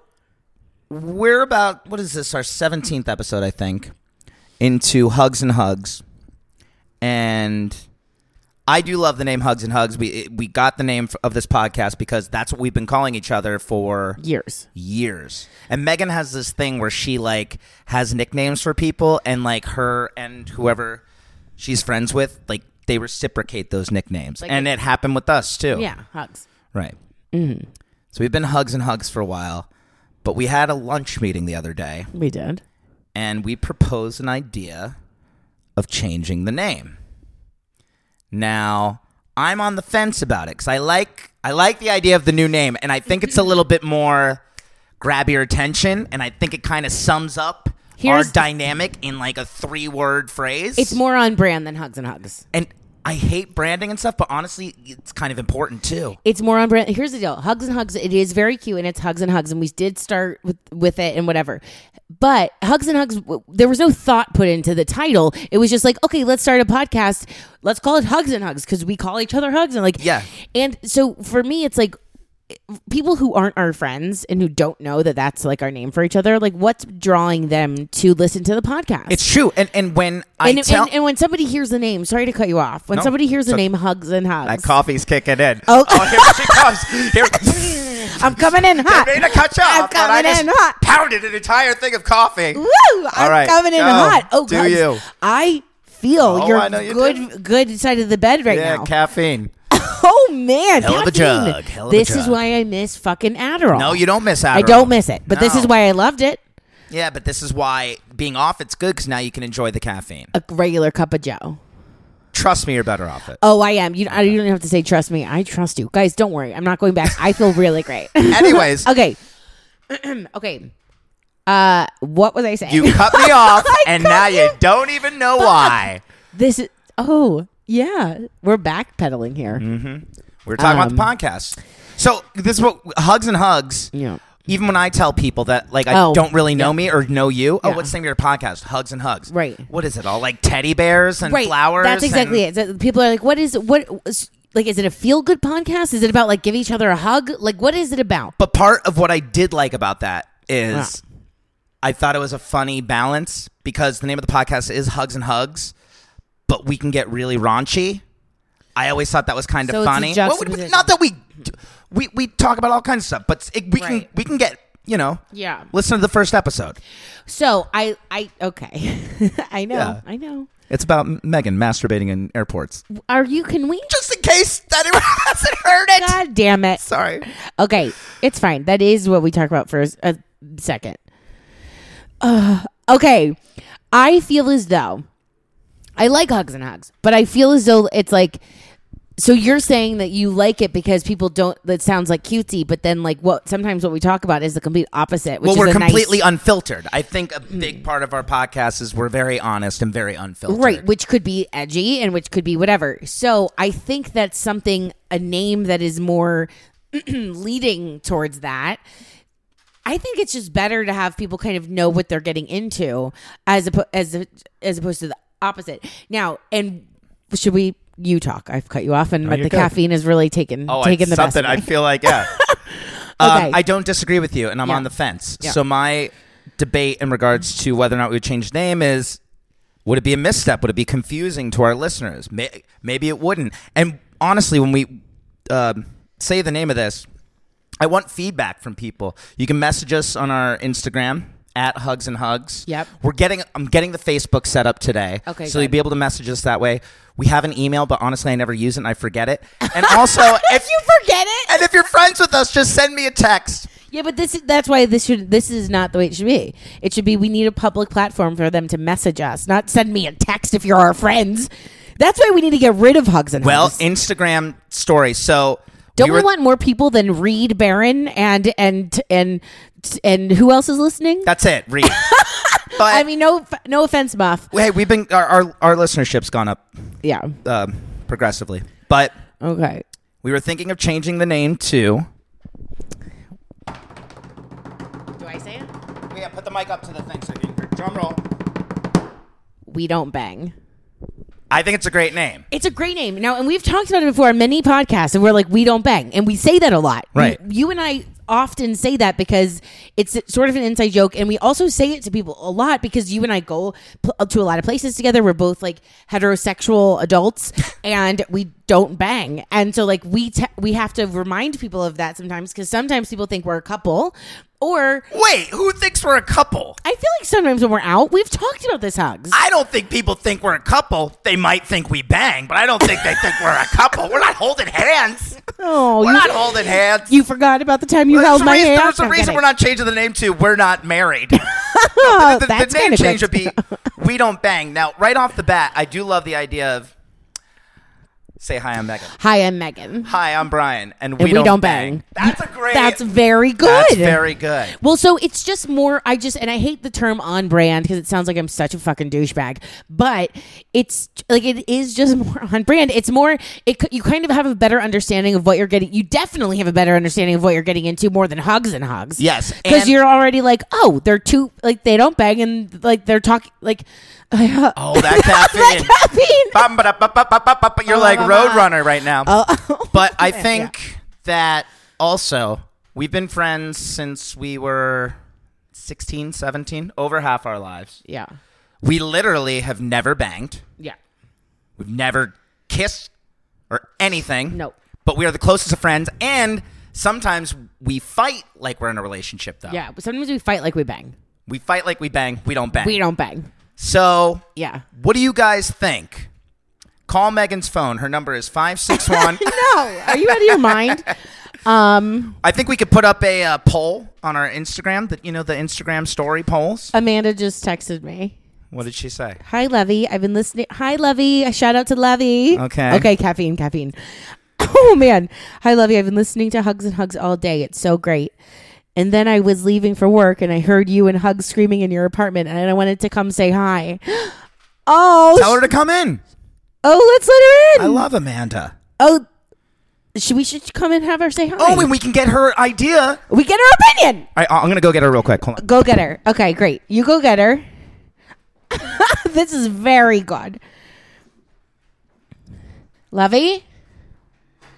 A: we're about what is this? Our 17th episode, I think, into hugs and hugs, and I do love the name hugs and hugs. We it- we got the name f- of this podcast because that's what we've been calling each other for
B: Years.
A: years. And Megan has this thing where she like has nicknames for people and like her and whoever she's friends with, like they reciprocate those nicknames.
B: Like-
A: and it happened with us too.
B: Yeah, hugs.
A: Right. Mm-hmm. So we've been hugs and hugs for a while, but we had a lunch meeting the other day
B: We did.
A: and we proposed an idea of changing the name. Now, I'm on the fence about it cuz I like I like the idea of the new name and I think it's a little bit more grab your attention and I think it kind of sums up
B: Here's-
A: our dynamic in like a three-word phrase.
B: It's more on brand than hugs and hugs.
A: and I hate branding and stuff, but honestly, it's kind of important too.
B: It's more on brand. Here's the deal: hugs and hugs. It is very cute, and it's hugs and hugs. And we did start with with it and whatever, but hugs and hugs. w- There was no thought put into the title. It was just like, okay, let's start a podcast. Let's call it hugs and hugs because we call each other hugs and like
A: Yeah.
B: And so for me, it's like people who aren't our friends and who don't know that that's like our name for each other. Like, what's drawing them to listen to the podcast?
A: It's true. And and when I
B: and,
A: tell
B: and, and when somebody hears the name, sorry to cut you off. When
A: No,
B: somebody hears the
A: it's okay.
B: name Hugs and Hugs,
A: That coffee's kicking in.
B: Oh.
A: here she comes.
B: [laughs]
A: Here,
B: I'm coming in hot.
A: made a cut you
B: I'm
A: off, but I
B: coming
A: just
B: in hot.
A: pounded an entire thing of coffee.
B: Woo! I'm
A: All right,
B: coming in
A: go.
B: hot. Oh,
A: Do
B: guys,
A: you.
B: I feel
A: Oh,
B: your
A: I know you
B: good
A: do.
B: good side of the bed right
A: Yeah,
B: now.
A: caffeine.
B: oh man,
A: Hell of a
B: caffeine.
A: drug. Hell of a
B: this is
A: drug.
B: why I miss fucking Adderall.
A: No, you don't miss out.
B: I don't miss it, but this
A: No.
B: is why I loved it.
A: Yeah, but this is why being off it's good because now you can enjoy the caffeine.
B: A regular cup of Joe.
A: Trust me, you're better off it.
B: Oh, I am. You, I, you don't have to say trust me. I trust you, guys. Don't worry. I'm not going back. I feel really great.
A: [laughs] Anyways,
B: [laughs] okay, [clears throat] okay. Uh, what was I saying?
A: you cut
B: [laughs]
A: me off,
B: I
A: and
B: cut
A: now you
B: you.
A: don't even know why.
B: this is. Oh yeah, we're backpedaling here.
A: Mm-hmm. We are talking
B: Um,
A: about the podcast. So this is what hugs and hugs.
B: Yeah.
A: Even when I tell people that like I
B: Oh,
A: don't really know
B: yeah.
A: me or know you, oh,
B: Yeah.
A: what's the name of your podcast? Hugs and hugs.
B: Right.
A: What is it all like? Teddy bears and flowers.
B: That's exactly
A: and-
B: it. That- People are like, what is what? is- Like, is it a feel good podcast? Is it about like giving each other a hug? Like, what is it about?
A: But part of what I did like about that is I thought it was a funny balance because the name of the podcast is Hugs and Hugs, but we can get really raunchy. I always thought that was kind
B: So
A: of
B: it's a
A: funny. Well, we-
B: juxtaposition.
A: not that we we we talk about all kinds of stuff, but it, we can
B: Right.
A: we can get you know
B: Yeah.
A: Listen to the first episode.
B: So I, I okay, [laughs] I know,
A: Yeah.
B: I know.
A: It's about Megan masturbating in airports.
B: Are you? Can we?
A: Just in case that anyone [laughs] hasn't heard it.
B: God damn it!
A: Sorry.
B: Okay, it's fine. That is what we talk about for a s- a second. Uh, okay, I feel as though I like hugs and hugs, but I feel as though it's like. So you're saying that you like it because people don't. That sounds like cutesy, but then like what sometimes what we talk about is the complete opposite. Which
A: well,
B: is
A: we're
B: a nice-
A: completely unfiltered. I think a big part of our podcast is we're very honest and very unfiltered.
B: Right, which could be edgy and which could be whatever. So I think that's something, a name that is more [clears throat] leading towards that. I think it's just better to have people kind of know what they're getting into as oppo- as as opposed to the opposite. Now, and should we you talk? I've cut you off, and but
A: you're
B: the
A: good.
B: caffeine is really taken
A: Oh,
B: taken
A: it's
B: the
A: something. I
B: best. of me.
A: feel like
B: [laughs]
A: yeah. um,
B: Okay.
A: I don't disagree with you, and I'm
B: Yeah.
A: on the fence.
B: Yeah.
A: So my debate in regards to whether or not we would change name is: would it be a misstep? Would it be confusing to our listeners? May- maybe it wouldn't. And honestly, when we um say the name of this, I want feedback from people. You can message us on our Instagram at Hugs and Hugs.
B: Yep.
A: We're getting. I'm getting the Facebook set up today.
B: Okay,
A: So
B: good.
A: you'll be able to message us that way. We have an email, but honestly, I never use it and I forget it. And also, if
B: you forget it,
A: and if you're friends with us, just send me a text.
B: Yeah, but this that's why this should this is not the way it should be. It should be we need a public platform for them to message us, not send me a text if you're our friends. That's why we need to get rid of hugs and
A: Well,
B: hugs.
A: Instagram story. So
B: Don't we,
A: were-
B: want more people than Reed Barron and and and and who else is listening?
A: That's it. Read.
B: [laughs]
A: but
B: I mean, no no offense, Muff.
A: hey, we've been our our, our listenership's gone up
B: Yeah.
A: um, progressively, but
B: Okay.
A: we were thinking of changing the name to.
B: Do I say it?
A: Yeah, put the mic up to the thing so you can drum roll.
B: We don't bang.
A: I think it's a great name.
B: It's a great name. Now, and we've talked about it before on many podcasts, and we're like, we don't bang. And we say that a lot. We-
A: Right.
B: you and I often say that because it's sort of an inside joke. And we also say it to people a lot because you and I go pl- to a lot of places together. We're both like heterosexual adults [laughs] and we don't bang. And so, like, we, te- we have to remind people of that sometimes because sometimes people think we're a couple or.
A: Wait, who thinks we're a couple?
B: I feel like sometimes when we're out, we've talked about this hugs.
A: I don't think people think we're a couple. They might think we bang, but I don't think they think we're a couple. We're not holding hands.
B: oh,
A: We're
B: you,
A: not holding hands.
B: you forgot about the time you
A: There's
B: held
A: a
B: my
A: reason,
B: hand.
A: there's a
B: I'm
A: reason
B: kidding.
A: we're not changing the name to "We're Not Married."
B: [laughs]
A: the,
B: Oh,
A: the
B: that's
A: name
B: kinda
A: change would
B: good.
A: be "We Don't Bang." Now, right off the bat, I do love the idea of say hi, I'm Megan.
B: Hi, I'm Megan.
A: Hi, I'm Brian, and we,
B: we don't bang.
A: That's a great.
B: That's very good.
A: That's very
B: [laughs]
A: good.
B: well, so it's just more. I just and I hate the term on brand because it sounds like I'm such a fucking douchebag. But it's like it is just [laughs] more on brand. It's more. It c- you kind of have a better understanding of what you're getting. You definitely have a better understanding of what you're getting into more than hugs and hugs.
A: Yes,
B: because
A: and-
B: you're already like, oh, they're too like they don't bang and like they're talking like. [laughs]
A: Oh, that caffeine.
B: I mean,
A: Bum, ba, da, ba, ba, ba, ba, ba, ba. You're like
B: ba, ba. Oh.
A: Roadrunner right now.
B: [laughs]
A: but I think that also we've been friends since we were 16, 17, over half our lives.
B: yeah,
A: We literally have never banged.
B: yeah,
A: We've never kissed or anything.
B: No.
A: But we are the closest of friends and sometimes we fight like we're in a relationship though.
B: yeah. But sometimes we fight like we bang.
A: We fight like we bang, we don't bang.
B: We don't bang.
A: So
B: Yeah.
A: what do you guys think? Call Megan's phone. Her number is
B: [laughs]
A: 561.
B: No, are you out of
A: [laughs]
B: your mind? Um,
A: I think we could put up a uh, poll on our Instagram, that you know the Instagram story polls.
B: Amanda just texted me.
A: What did she say?
B: Hi, Levy. I've been listening. Hi, Levy. A shout out to Levy.
A: Okay.
B: Okay, caffeine, caffeine. [coughs] Oh, man. Hi, Levy. I've been listening to Hugs and Hugs all day. It's so great. And then I was leaving for work and I heard you and Hugs screaming in your apartment and I wanted to come say hi. [gasps] Oh,
A: Tell her to come in.
B: oh, let's let
A: I
B: her in.
A: love Amanda.
B: oh, should we should come and have her say hi?
A: Oh, and we can get her idea.
B: we get her opinion.
A: I, I'm gonna go get her real quick. Hold on.
B: Go get her. Okay, great. You go get her. [laughs] this is very good. Lovey?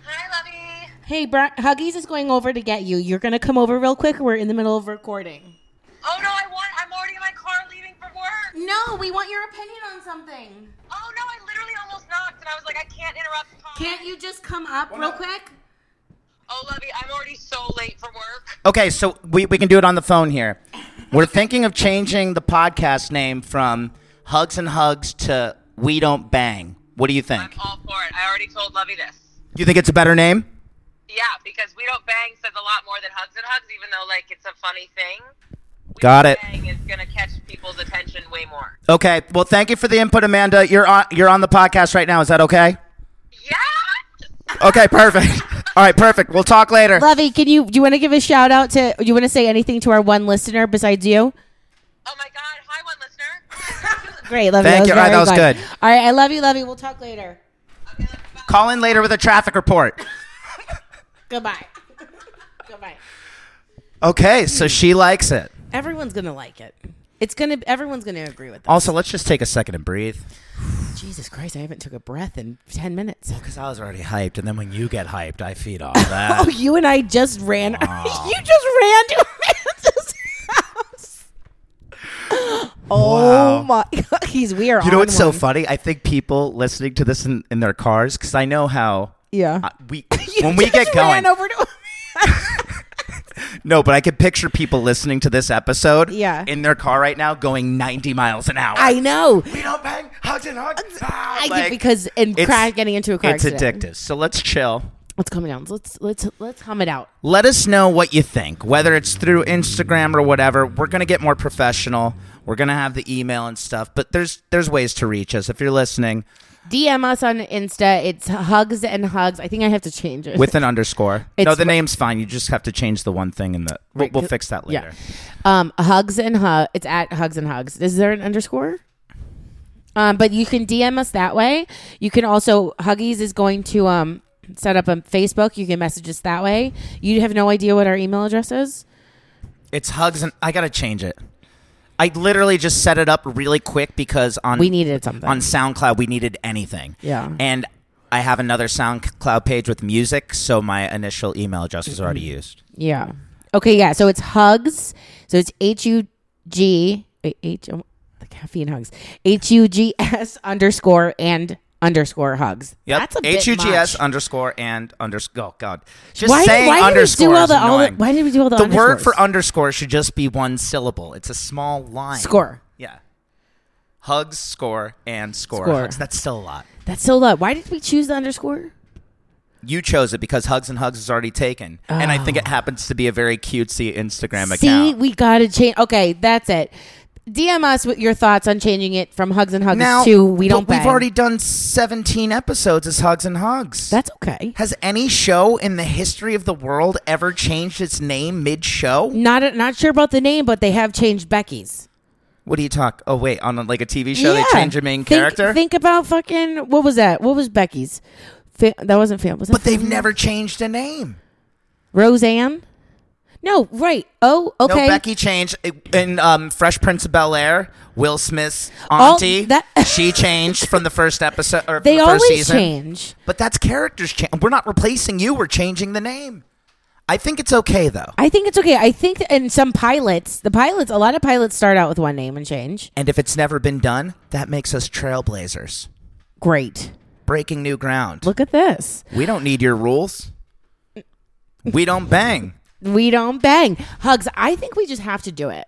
D: Hi, Lovey.
B: Hey, Bri- Huggies is going over to get you. You're going to come over real quick. We're in the middle of recording.
D: Oh no, I want. I'm already in my car leaving for work.
B: No, we want your opinion on something.
D: Oh no, I literally almost knocked, and I was like, I can't interrupt the car.
B: Can't you just come up real quick?
D: Oh, Lovey, I'm already so late for work.
A: Okay, so we, we can do it on the phone here. We're thinking of changing the podcast name from Hugs and Hugs to We Don't Bang. What do you
D: I'm
A: think?
D: all for it. I already told Lovey this.
A: You think it's a better name?
D: Yeah, because we don't bang says a lot more than hugs and hugs, even though like it's a funny thing. We
A: Got
D: Don't
A: it.
D: Bang is gonna catch people people's attention way more.
A: Okay. Well, thank you for the input, Amanda. You're on. You're on the podcast right now. Is that okay?
D: Yeah.
A: Okay. Perfect. [laughs] All right. Perfect. We'll talk later.
B: Lovey, can you do you want to give a shout out to? Do you want to say anything to our one listener besides you?
D: Oh my God. Hi, one listener.
B: Great, Lovey.
A: Thank you. All right,
B: very
A: that was good.
B: All right, I love you, Lovey. We'll talk later.
D: Okay, let's go.
A: Call in later with a traffic report.
B: Goodbye. [laughs] Goodbye.
A: Okay. So she likes it.
B: Everyone's gonna like it. It's gonna. Everyone's gonna agree with that.
A: Also, let's just take a second and breathe.
B: Jesus Christ, I haven't took a breath in ten [laughs] minutes.
A: Because I was already hyped, and then when you get hyped, I feed off that.
B: [laughs] Oh, you and I just ran. [laughs] you just ran to [laughs] Amanda's house. Oh
A: Wow.
B: my! [laughs] He's we are.
A: you know
B: on
A: what's so
B: one.
A: funny? I think people listening to this in, in their cars, because I know how
B: Yeah.
A: uh, we
B: [laughs] You
A: when we
B: just
A: get going.
B: ran over to.
A: No, but I could picture people listening to this episode,
B: Yeah.
A: in their car right now, going 90 miles an hour.
B: I know.
A: we don't bang hugs and hugs. Ah,
B: I
A: like,
B: get because and
A: it's-
B: crash getting into a car
A: it's
B: accident.
A: addictive. So let's chill.
B: Let's calm it down. Let's let's let's hum it out.
A: Let us know what you think, whether it's through Instagram or whatever. We're gonna get more professional. We're gonna have the email and stuff, but there's there's ways to reach us if you're listening
B: DM us on Insta. It's hugs and hugs. I think I have to change it.
A: with an underscore.
B: It's
A: no, the
B: wh-
A: name's fine. You just have to change the one thing, and the we'll, we'll fix that later.
B: Yeah. Um, hugs and hug. It's at hugs and hugs. Is there an underscore? Um, but you can DM us that way. You can also Huggies is going to um set up a Facebook. You can message us that way. You have no idea what our email address is.
A: It's hugs, and I gotta change it. I literally just set it up really quick because on
B: We needed something.
A: on SoundCloud we needed anything.
B: Yeah.
A: and I have another SoundCloud page with music, so my initial email address is already
B: Mm-hmm.
A: used.
B: Yeah. Okay. Yeah. So it's hugs. So it's H U G wait, H oh, the caffeine hugs H U G S underscore and underscore hugs.
A: Yep.
B: That's a bit
A: H-U-G-S
B: much.
A: underscore and underscore. Oh, God. Just
B: Why-
A: saying
B: why did we do
A: underscore
B: all
A: is
B: the- all the-
A: annoying.
B: why did we do all the
A: The word
B: underscores?
A: for underscore should just be one syllable. It's a small line.
B: Score.
A: Yeah. Hugs, score, and score.
B: Score.
A: Hugs. That's still a lot.
B: That's so low. Why did we choose the underscore?
A: You chose it because Hugs and Hugs is already taken. And I think it happens to be a very cutesy Instagram
B: Oh. See,
A: account.
B: we gotta change. Okay, that's it. DM us with your thoughts on changing it from hugs and hugs
A: now,
B: to we don't.
A: but we've
B: bang.
A: already done 17 episodes as Hugs and Hugs.
B: That's okay.
A: Has any show in the history of the world ever changed its name mid show?
B: Not not sure about the name, but they have changed Becky's.
A: What do you talk? Oh wait, on like a TV show
B: Yeah.
A: they change your main
B: Think-
A: character,
B: Think about fucking what was that? What was Becky's? Fa- that wasn't fam. Was that
A: but they've
B: Fam-
A: never changed a name.
B: Roseanne. No, right. Oh,
A: No,
B: okay.
A: Becky changed in um, Fresh Prince of Bel Air. Will Smith's
B: All-
A: auntie,
B: that- [laughs]
A: she changed from the first episode or
B: they
A: the
B: always
A: first season.
B: change.
A: But that's characters change. We're not replacing you. We're changing the name. I think it's okay though.
B: I think it's okay. I think in some pilots, the pilots, a lot of pilots start out with one name and change.
A: And if it's never been done, that makes us trailblazers,
B: Great.
A: breaking new ground.
B: Look at this.
A: we don't need your rules. We don't bang.
B: We don't bang. Hugs, I think we just have to do it.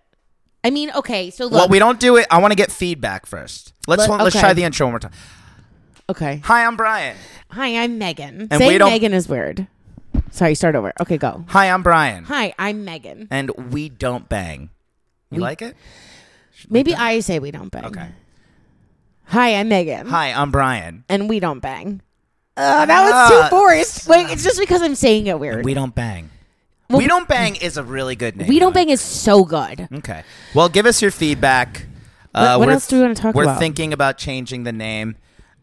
B: I mean, okay, so look.
A: Well, we don't do it. I want to get feedback first. Let's
B: Let-
A: let's
B: okay.
A: try the intro one more time.
B: okay.
A: Hi, I'm Brian.
B: Hi, I'm Megan.
A: And we
B: Saying
A: don't-
B: Megan is weird. Sorry, start over. Okay, go.
A: Hi, I'm Brian.
B: Hi, I'm Megan.
A: And we don't bang. You like it?
B: Maybe I say we don't bang.
A: Okay.
B: Hi, I'm Megan.
A: Hi, I'm Brian.
B: And we don't bang. Oh, that was too
A: Ah.
B: forced. Wait, it's just because I'm saying it weird.
A: We don't bang. we don't bang is a really good name.
B: We don't
A: though.
B: bang is so good.
A: Okay. Well, give us your feedback. Uh,
B: What- what
A: we're-
B: else do we wanna talk
A: We're
B: about?
A: thinking about changing the name.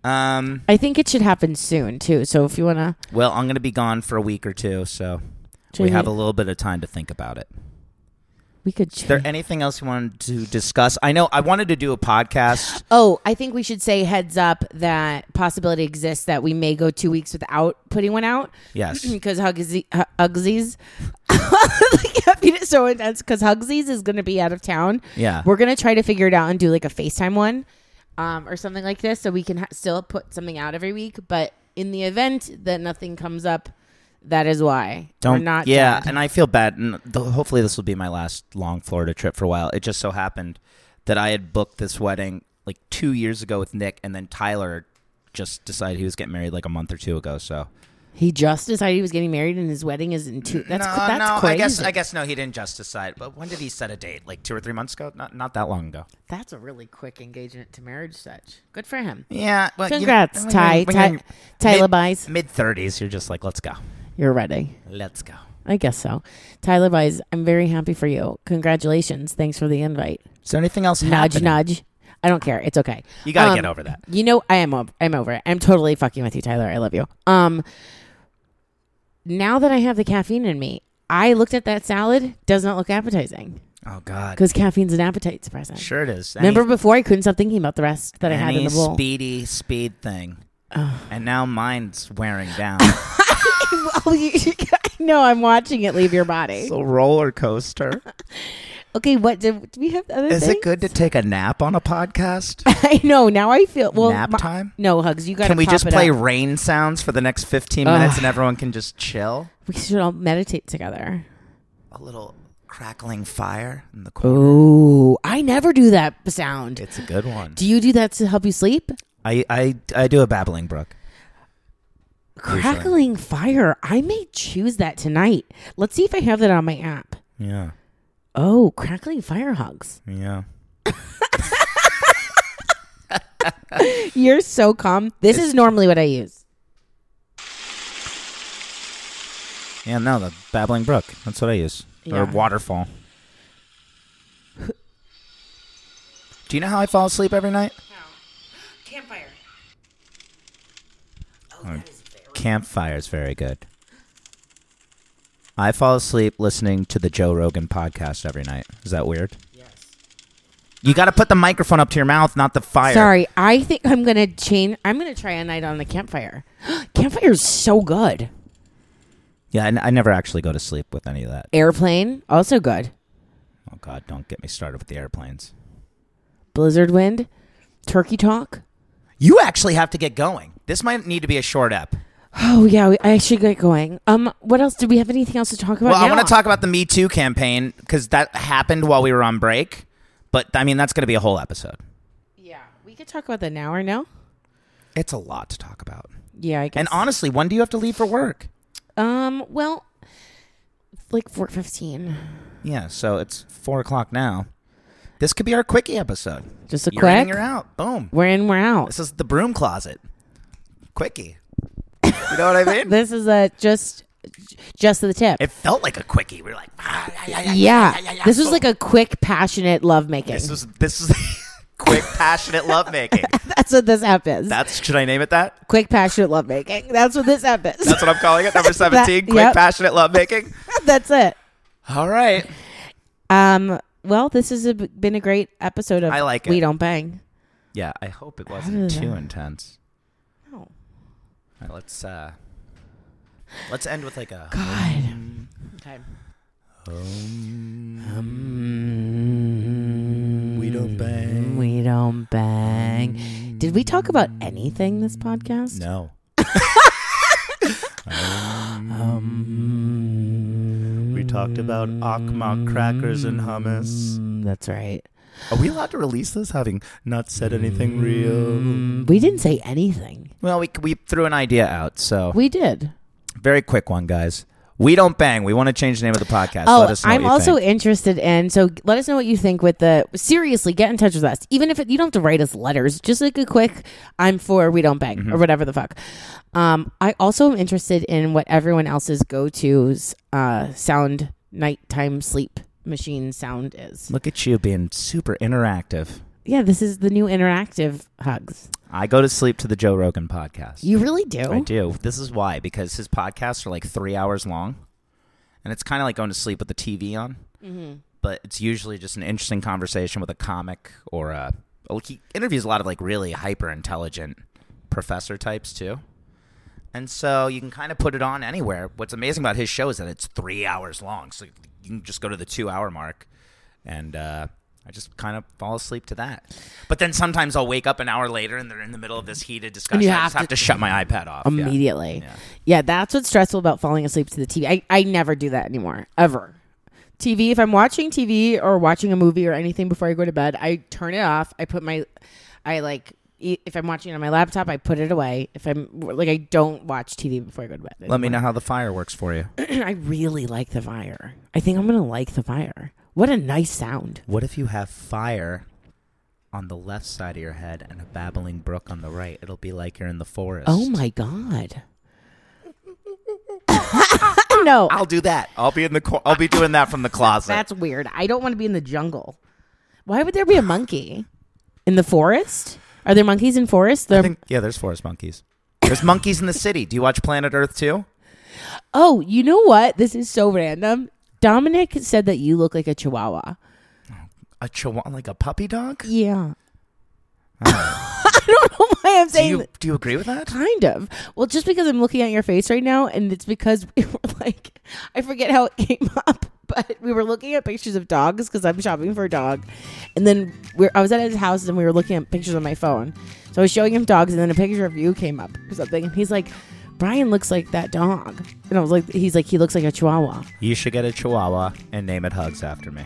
A: Um,
B: I think it should happen soon too. So if you wanna
A: well, I'm going to be gone for a week or two, so we
B: Change
A: have
B: it.
A: a little bit of time to think about it.
B: we could
A: Is there
B: change.
A: anything else you wanted to discuss? I know I wanted to do a
B: [clears throat]
A: podcast.
B: Oh, I think we should say heads up that possibility exists that we may go two weeks without putting one out. [clears throat]
A: Yes.
B: because Hugsy, Hu- [laughs] Hugsies, I can't beat it so intense because Hugsies is going to be out of town.
A: Yeah.
B: we're going to try to figure it out and do like a FaceTime one, um, or something like this, so we can ha- still put something out every week. But in the event that nothing comes up, that is why we're not.
A: yeah
B: dead.
A: and i feel bad and the, hopefully this will be my last long florida trip for a while it just so happened that i had booked this wedding like two years ago with nick and then tyler just decided he was getting married like a month or two ago so
B: He just decided he was getting married, and his wedding is in two. That's
A: no,
B: that's
A: no.
B: crazy.
A: I guess I guess no. He didn't just decide. But when did he set a date? Like two or three months ago? Not not that long ago.
B: that's a really quick engagement to marriage. Such good for him.
A: Yeah. Well, you-
B: Congrats,
A: when
B: Ty.
A: you're- when
B: Ty-
A: you're in
B: Ty
A: mid-
B: Labise.
A: Mid thirties, you're just like, let's go,
B: You're ready.
A: let's go.
B: I guess so. Tyler Vise, I'm very happy for you. Congratulations. Thanks for the invite.
A: Is there anything else?
B: Nudge,
A: happening?
B: nudge. I don't care. It's okay. Um,
A: You gotta get over that.
B: You know, I am. Over, I'm over. it. I'm totally fucking with you, Tyler. I love you. Um, now that I have the caffeine in me, I looked at that salad. Does not look appetizing
A: Oh God.
B: because caffeine's an appetite suppressant.
A: Sure it is. Any-
B: Remember before I couldn't stop thinking about the rest that I had in
A: any
B: the bowl.
A: speedy speed thing. And now mine's wearing
B: [laughs]
A: down.
B: [laughs] oh, you, [laughs] I know. I'm watching it leave your body.
A: a roller coaster.
B: Okay, what did do we have? Other
A: Is
B: things?
A: it good to take a nap on a podcast?
B: [laughs] I know. Now I feel well.
A: Nap
B: my-
A: time?
B: No hugs. You got.
A: Can we just play rain sounds for the next 15 minutes
B: Ugh.
A: and everyone can just chill?
B: We should all meditate together.
A: A little crackling fire in the corner.
B: Oh, I never do that sound.
A: It's a good one.
B: do you do that to help you sleep?
A: I, I, I do a babbling brook.
B: Crackling fire. I may choose that tonight. Let's see if I have that on my app.
A: Yeah.
B: Oh, crackling fire hugs.
A: Yeah.
B: You're so calm. This is normally what I use.
A: Yeah, no, the babbling brook. That's what I use. Or
B: Yeah. [laughs]
A: waterfall. Do you know how I fall asleep every night?
B: Campfire.
A: Campfire's very good. I fall asleep listening to the Joe Rogan podcast every night. Is that weird? Yes. You got to put the microphone up to your mouth, not the fire.
B: Sorry, I think I'm gonna change. I'm gonna try a night on the campfire. [gasps] campfire is so good.
A: Yeah, I, n- I never actually go to sleep with any of that.
B: Airplane also good.
A: Oh God, don't get me started with the airplanes.
B: Blizzard wind, turkey talk.
A: You actually have to get going. This might need to be a short ep.
B: Oh yeah, we, I should get going. Um, what else? Do we have anything else to talk about?
A: Well, I
B: now?
A: want to talk about the Me Too campaign because that happened while we were on break. But I mean, that's going to be a whole episode.
B: Yeah, we could talk about that now or no?
A: It's a lot to talk about.
B: Yeah, I guess.
A: And honestly, when do you have to leave for work?
B: um, well, it's like four fifteen.
A: Yeah, so it's four o'clock now. This could be our quickie episode.
B: Just a
A: You're in,
B: quick.
A: you're out. Boom.
B: We're in. We're out.
A: This is the broom closet. Quickie. You know what I mean?
B: [laughs] This is a just, just the tip.
A: it felt like a quickie. We were like, ah, yeah, yeah,
B: yeah, this was
A: Boom.
B: like a quick, passionate love making.
A: this was this was [laughs] quick, passionate love making.
B: [laughs] That's what this app is.
A: That's should I name it that?
B: quick, passionate love making. That's what this app is.
A: That's what I'm calling
B: [laughs]
A: it. Number seventeen. quick,
B: yep.
A: passionate love making.
B: [laughs] That's it.
A: All right.
B: Um. Well, this has a, been a great episode of
A: I like
B: We
A: it.
B: Don't Bang.
A: Yeah, I hope it
B: did
A: wasn't too
B: that-
A: intense.
B: No.
A: All right, let's uh, let's end with like a.
B: God. Okay.
A: Um, We don't bang.
B: We don't bang. Did we talk about anything this podcast?
A: No. Um, we talked about Akma crackers and hummus.
B: Mm, That's right.
A: Are we allowed to release this having not said anything real?
B: We didn't say anything.
A: Well, we, we threw an idea out, so
B: We did.
A: very quick one, guys. We don't bang. We want to change the name of the podcast. Let
B: Oh,
A: us know what
B: I'm
A: you
B: also
A: think.
B: interested in. So let us know what you think with the. Seriously, get in touch with us. Even if it, you don't have to write us letters, just like a quick "I'm for we don't bang"
A: Mm-hmm.
B: or whatever the fuck. Um, I also am interested in what everyone else's go-to's uh, sound nighttime sleep machine sound is.
A: look at you being super interactive.
B: Yeah, this is the new interactive hugs.
A: I go to sleep to the Joe Rogan podcast.
B: You really do.
A: I do. This is why because his podcasts are like three hours long, and it's kind of like going to sleep with the TV on. But it's usually just an interesting conversation with a comic or a. well, He interviews a lot of like really hyper intelligent professor types too, and so you can kind of put it on anywhere. What's amazing about his show is that it's three hours long, so you can just go to the two hour mark, and. uh I just kind of fall asleep to that, but then sometimes I'll wake up an hour later and they're in the middle of this heated discussion. I
B: have
A: just have to shut my iPad off Yeah.
B: immediately. Yeah.
A: Yeah.
B: that's what's stressful about falling asleep to the TV. I, I never do that anymore, ever. TV, if I'm watching TV or watching a movie or anything before I go to bed, I turn it off. I put my, I like E- If I'm watching it on my laptop, I put it away. If I'm like, I don't watch TV before I go to bed.
A: Let me know how the fire works for you.
B: [clears throat] I really like the fire. I think I'm gonna like the fire. What a nice sound.
A: [clears throat] What if you have fire on the left side of your head and a babbling brook on the right? It'll be like you're in the forest.
B: Oh my god. [laughs] no,
A: I'll do that. I'll be in the cor- I'll be doing that from the closet.
B: that's weird. I don't want to be in the jungle. Why would there be a monkey in the forest? Are there monkeys in forests?
A: I
B: There-
A: think yeah, there's forest monkeys. There's monkeys in the city. Do you watch Planet Earth too?
B: oh, you know what? This is so random. Dominic said that you look like a chihuahua.
A: A chihuahua, like a puppy dog.
B: Yeah. [laughs] I don't know why I'm
A: Do
B: saying
A: you do you agree with
B: [laughs]
A: that?
B: Kind of. Well, just because I'm looking at your face right now, and it's because we [laughs] were like, I forget how it came [laughs] up, but we were looking at pictures of dogs because I'm shopping for a dog, and then we're, I was at his house and we were looking at pictures on my phone. So I was showing him dogs, and then a picture of you came up or something, and he's like, Brian looks like that dog, and I was like, he's like, he looks like a Chihuahua. [laughs]
A: You should get a chihuahua and name it Hugs after me.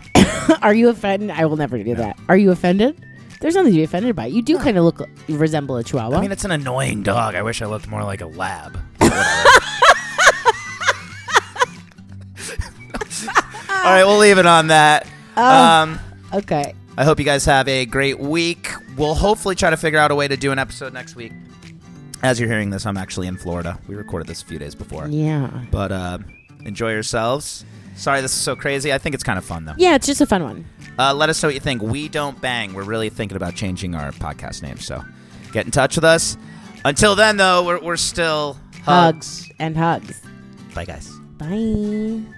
B: Are you offended? I will never do that. Are you offended? There's nothing to be offended by. You do kind of look you resemble a Chihuahua.
A: I mean, it's an annoying dog. I wish I looked more like a lab. [laughs] All right, we'll leave it on that. Um,
B: okay.
A: I hope you guys have a great week. We'll hopefully try to figure out a way to do an episode next week. As you're hearing this, I'm actually in Florida. We recorded this a few days before.
B: Yeah.
A: But uh, enjoy yourselves. Sorry, this is so crazy. I think it's kind of fun, though.
B: Yeah, it's just a fun one.
A: Uh, let us know what you think. We don't bang. We're really thinking about changing our podcast name. So get in touch with us. Until then, though, we're, we're still
B: hugs and hugs.
A: Bye, guys.
B: Bye.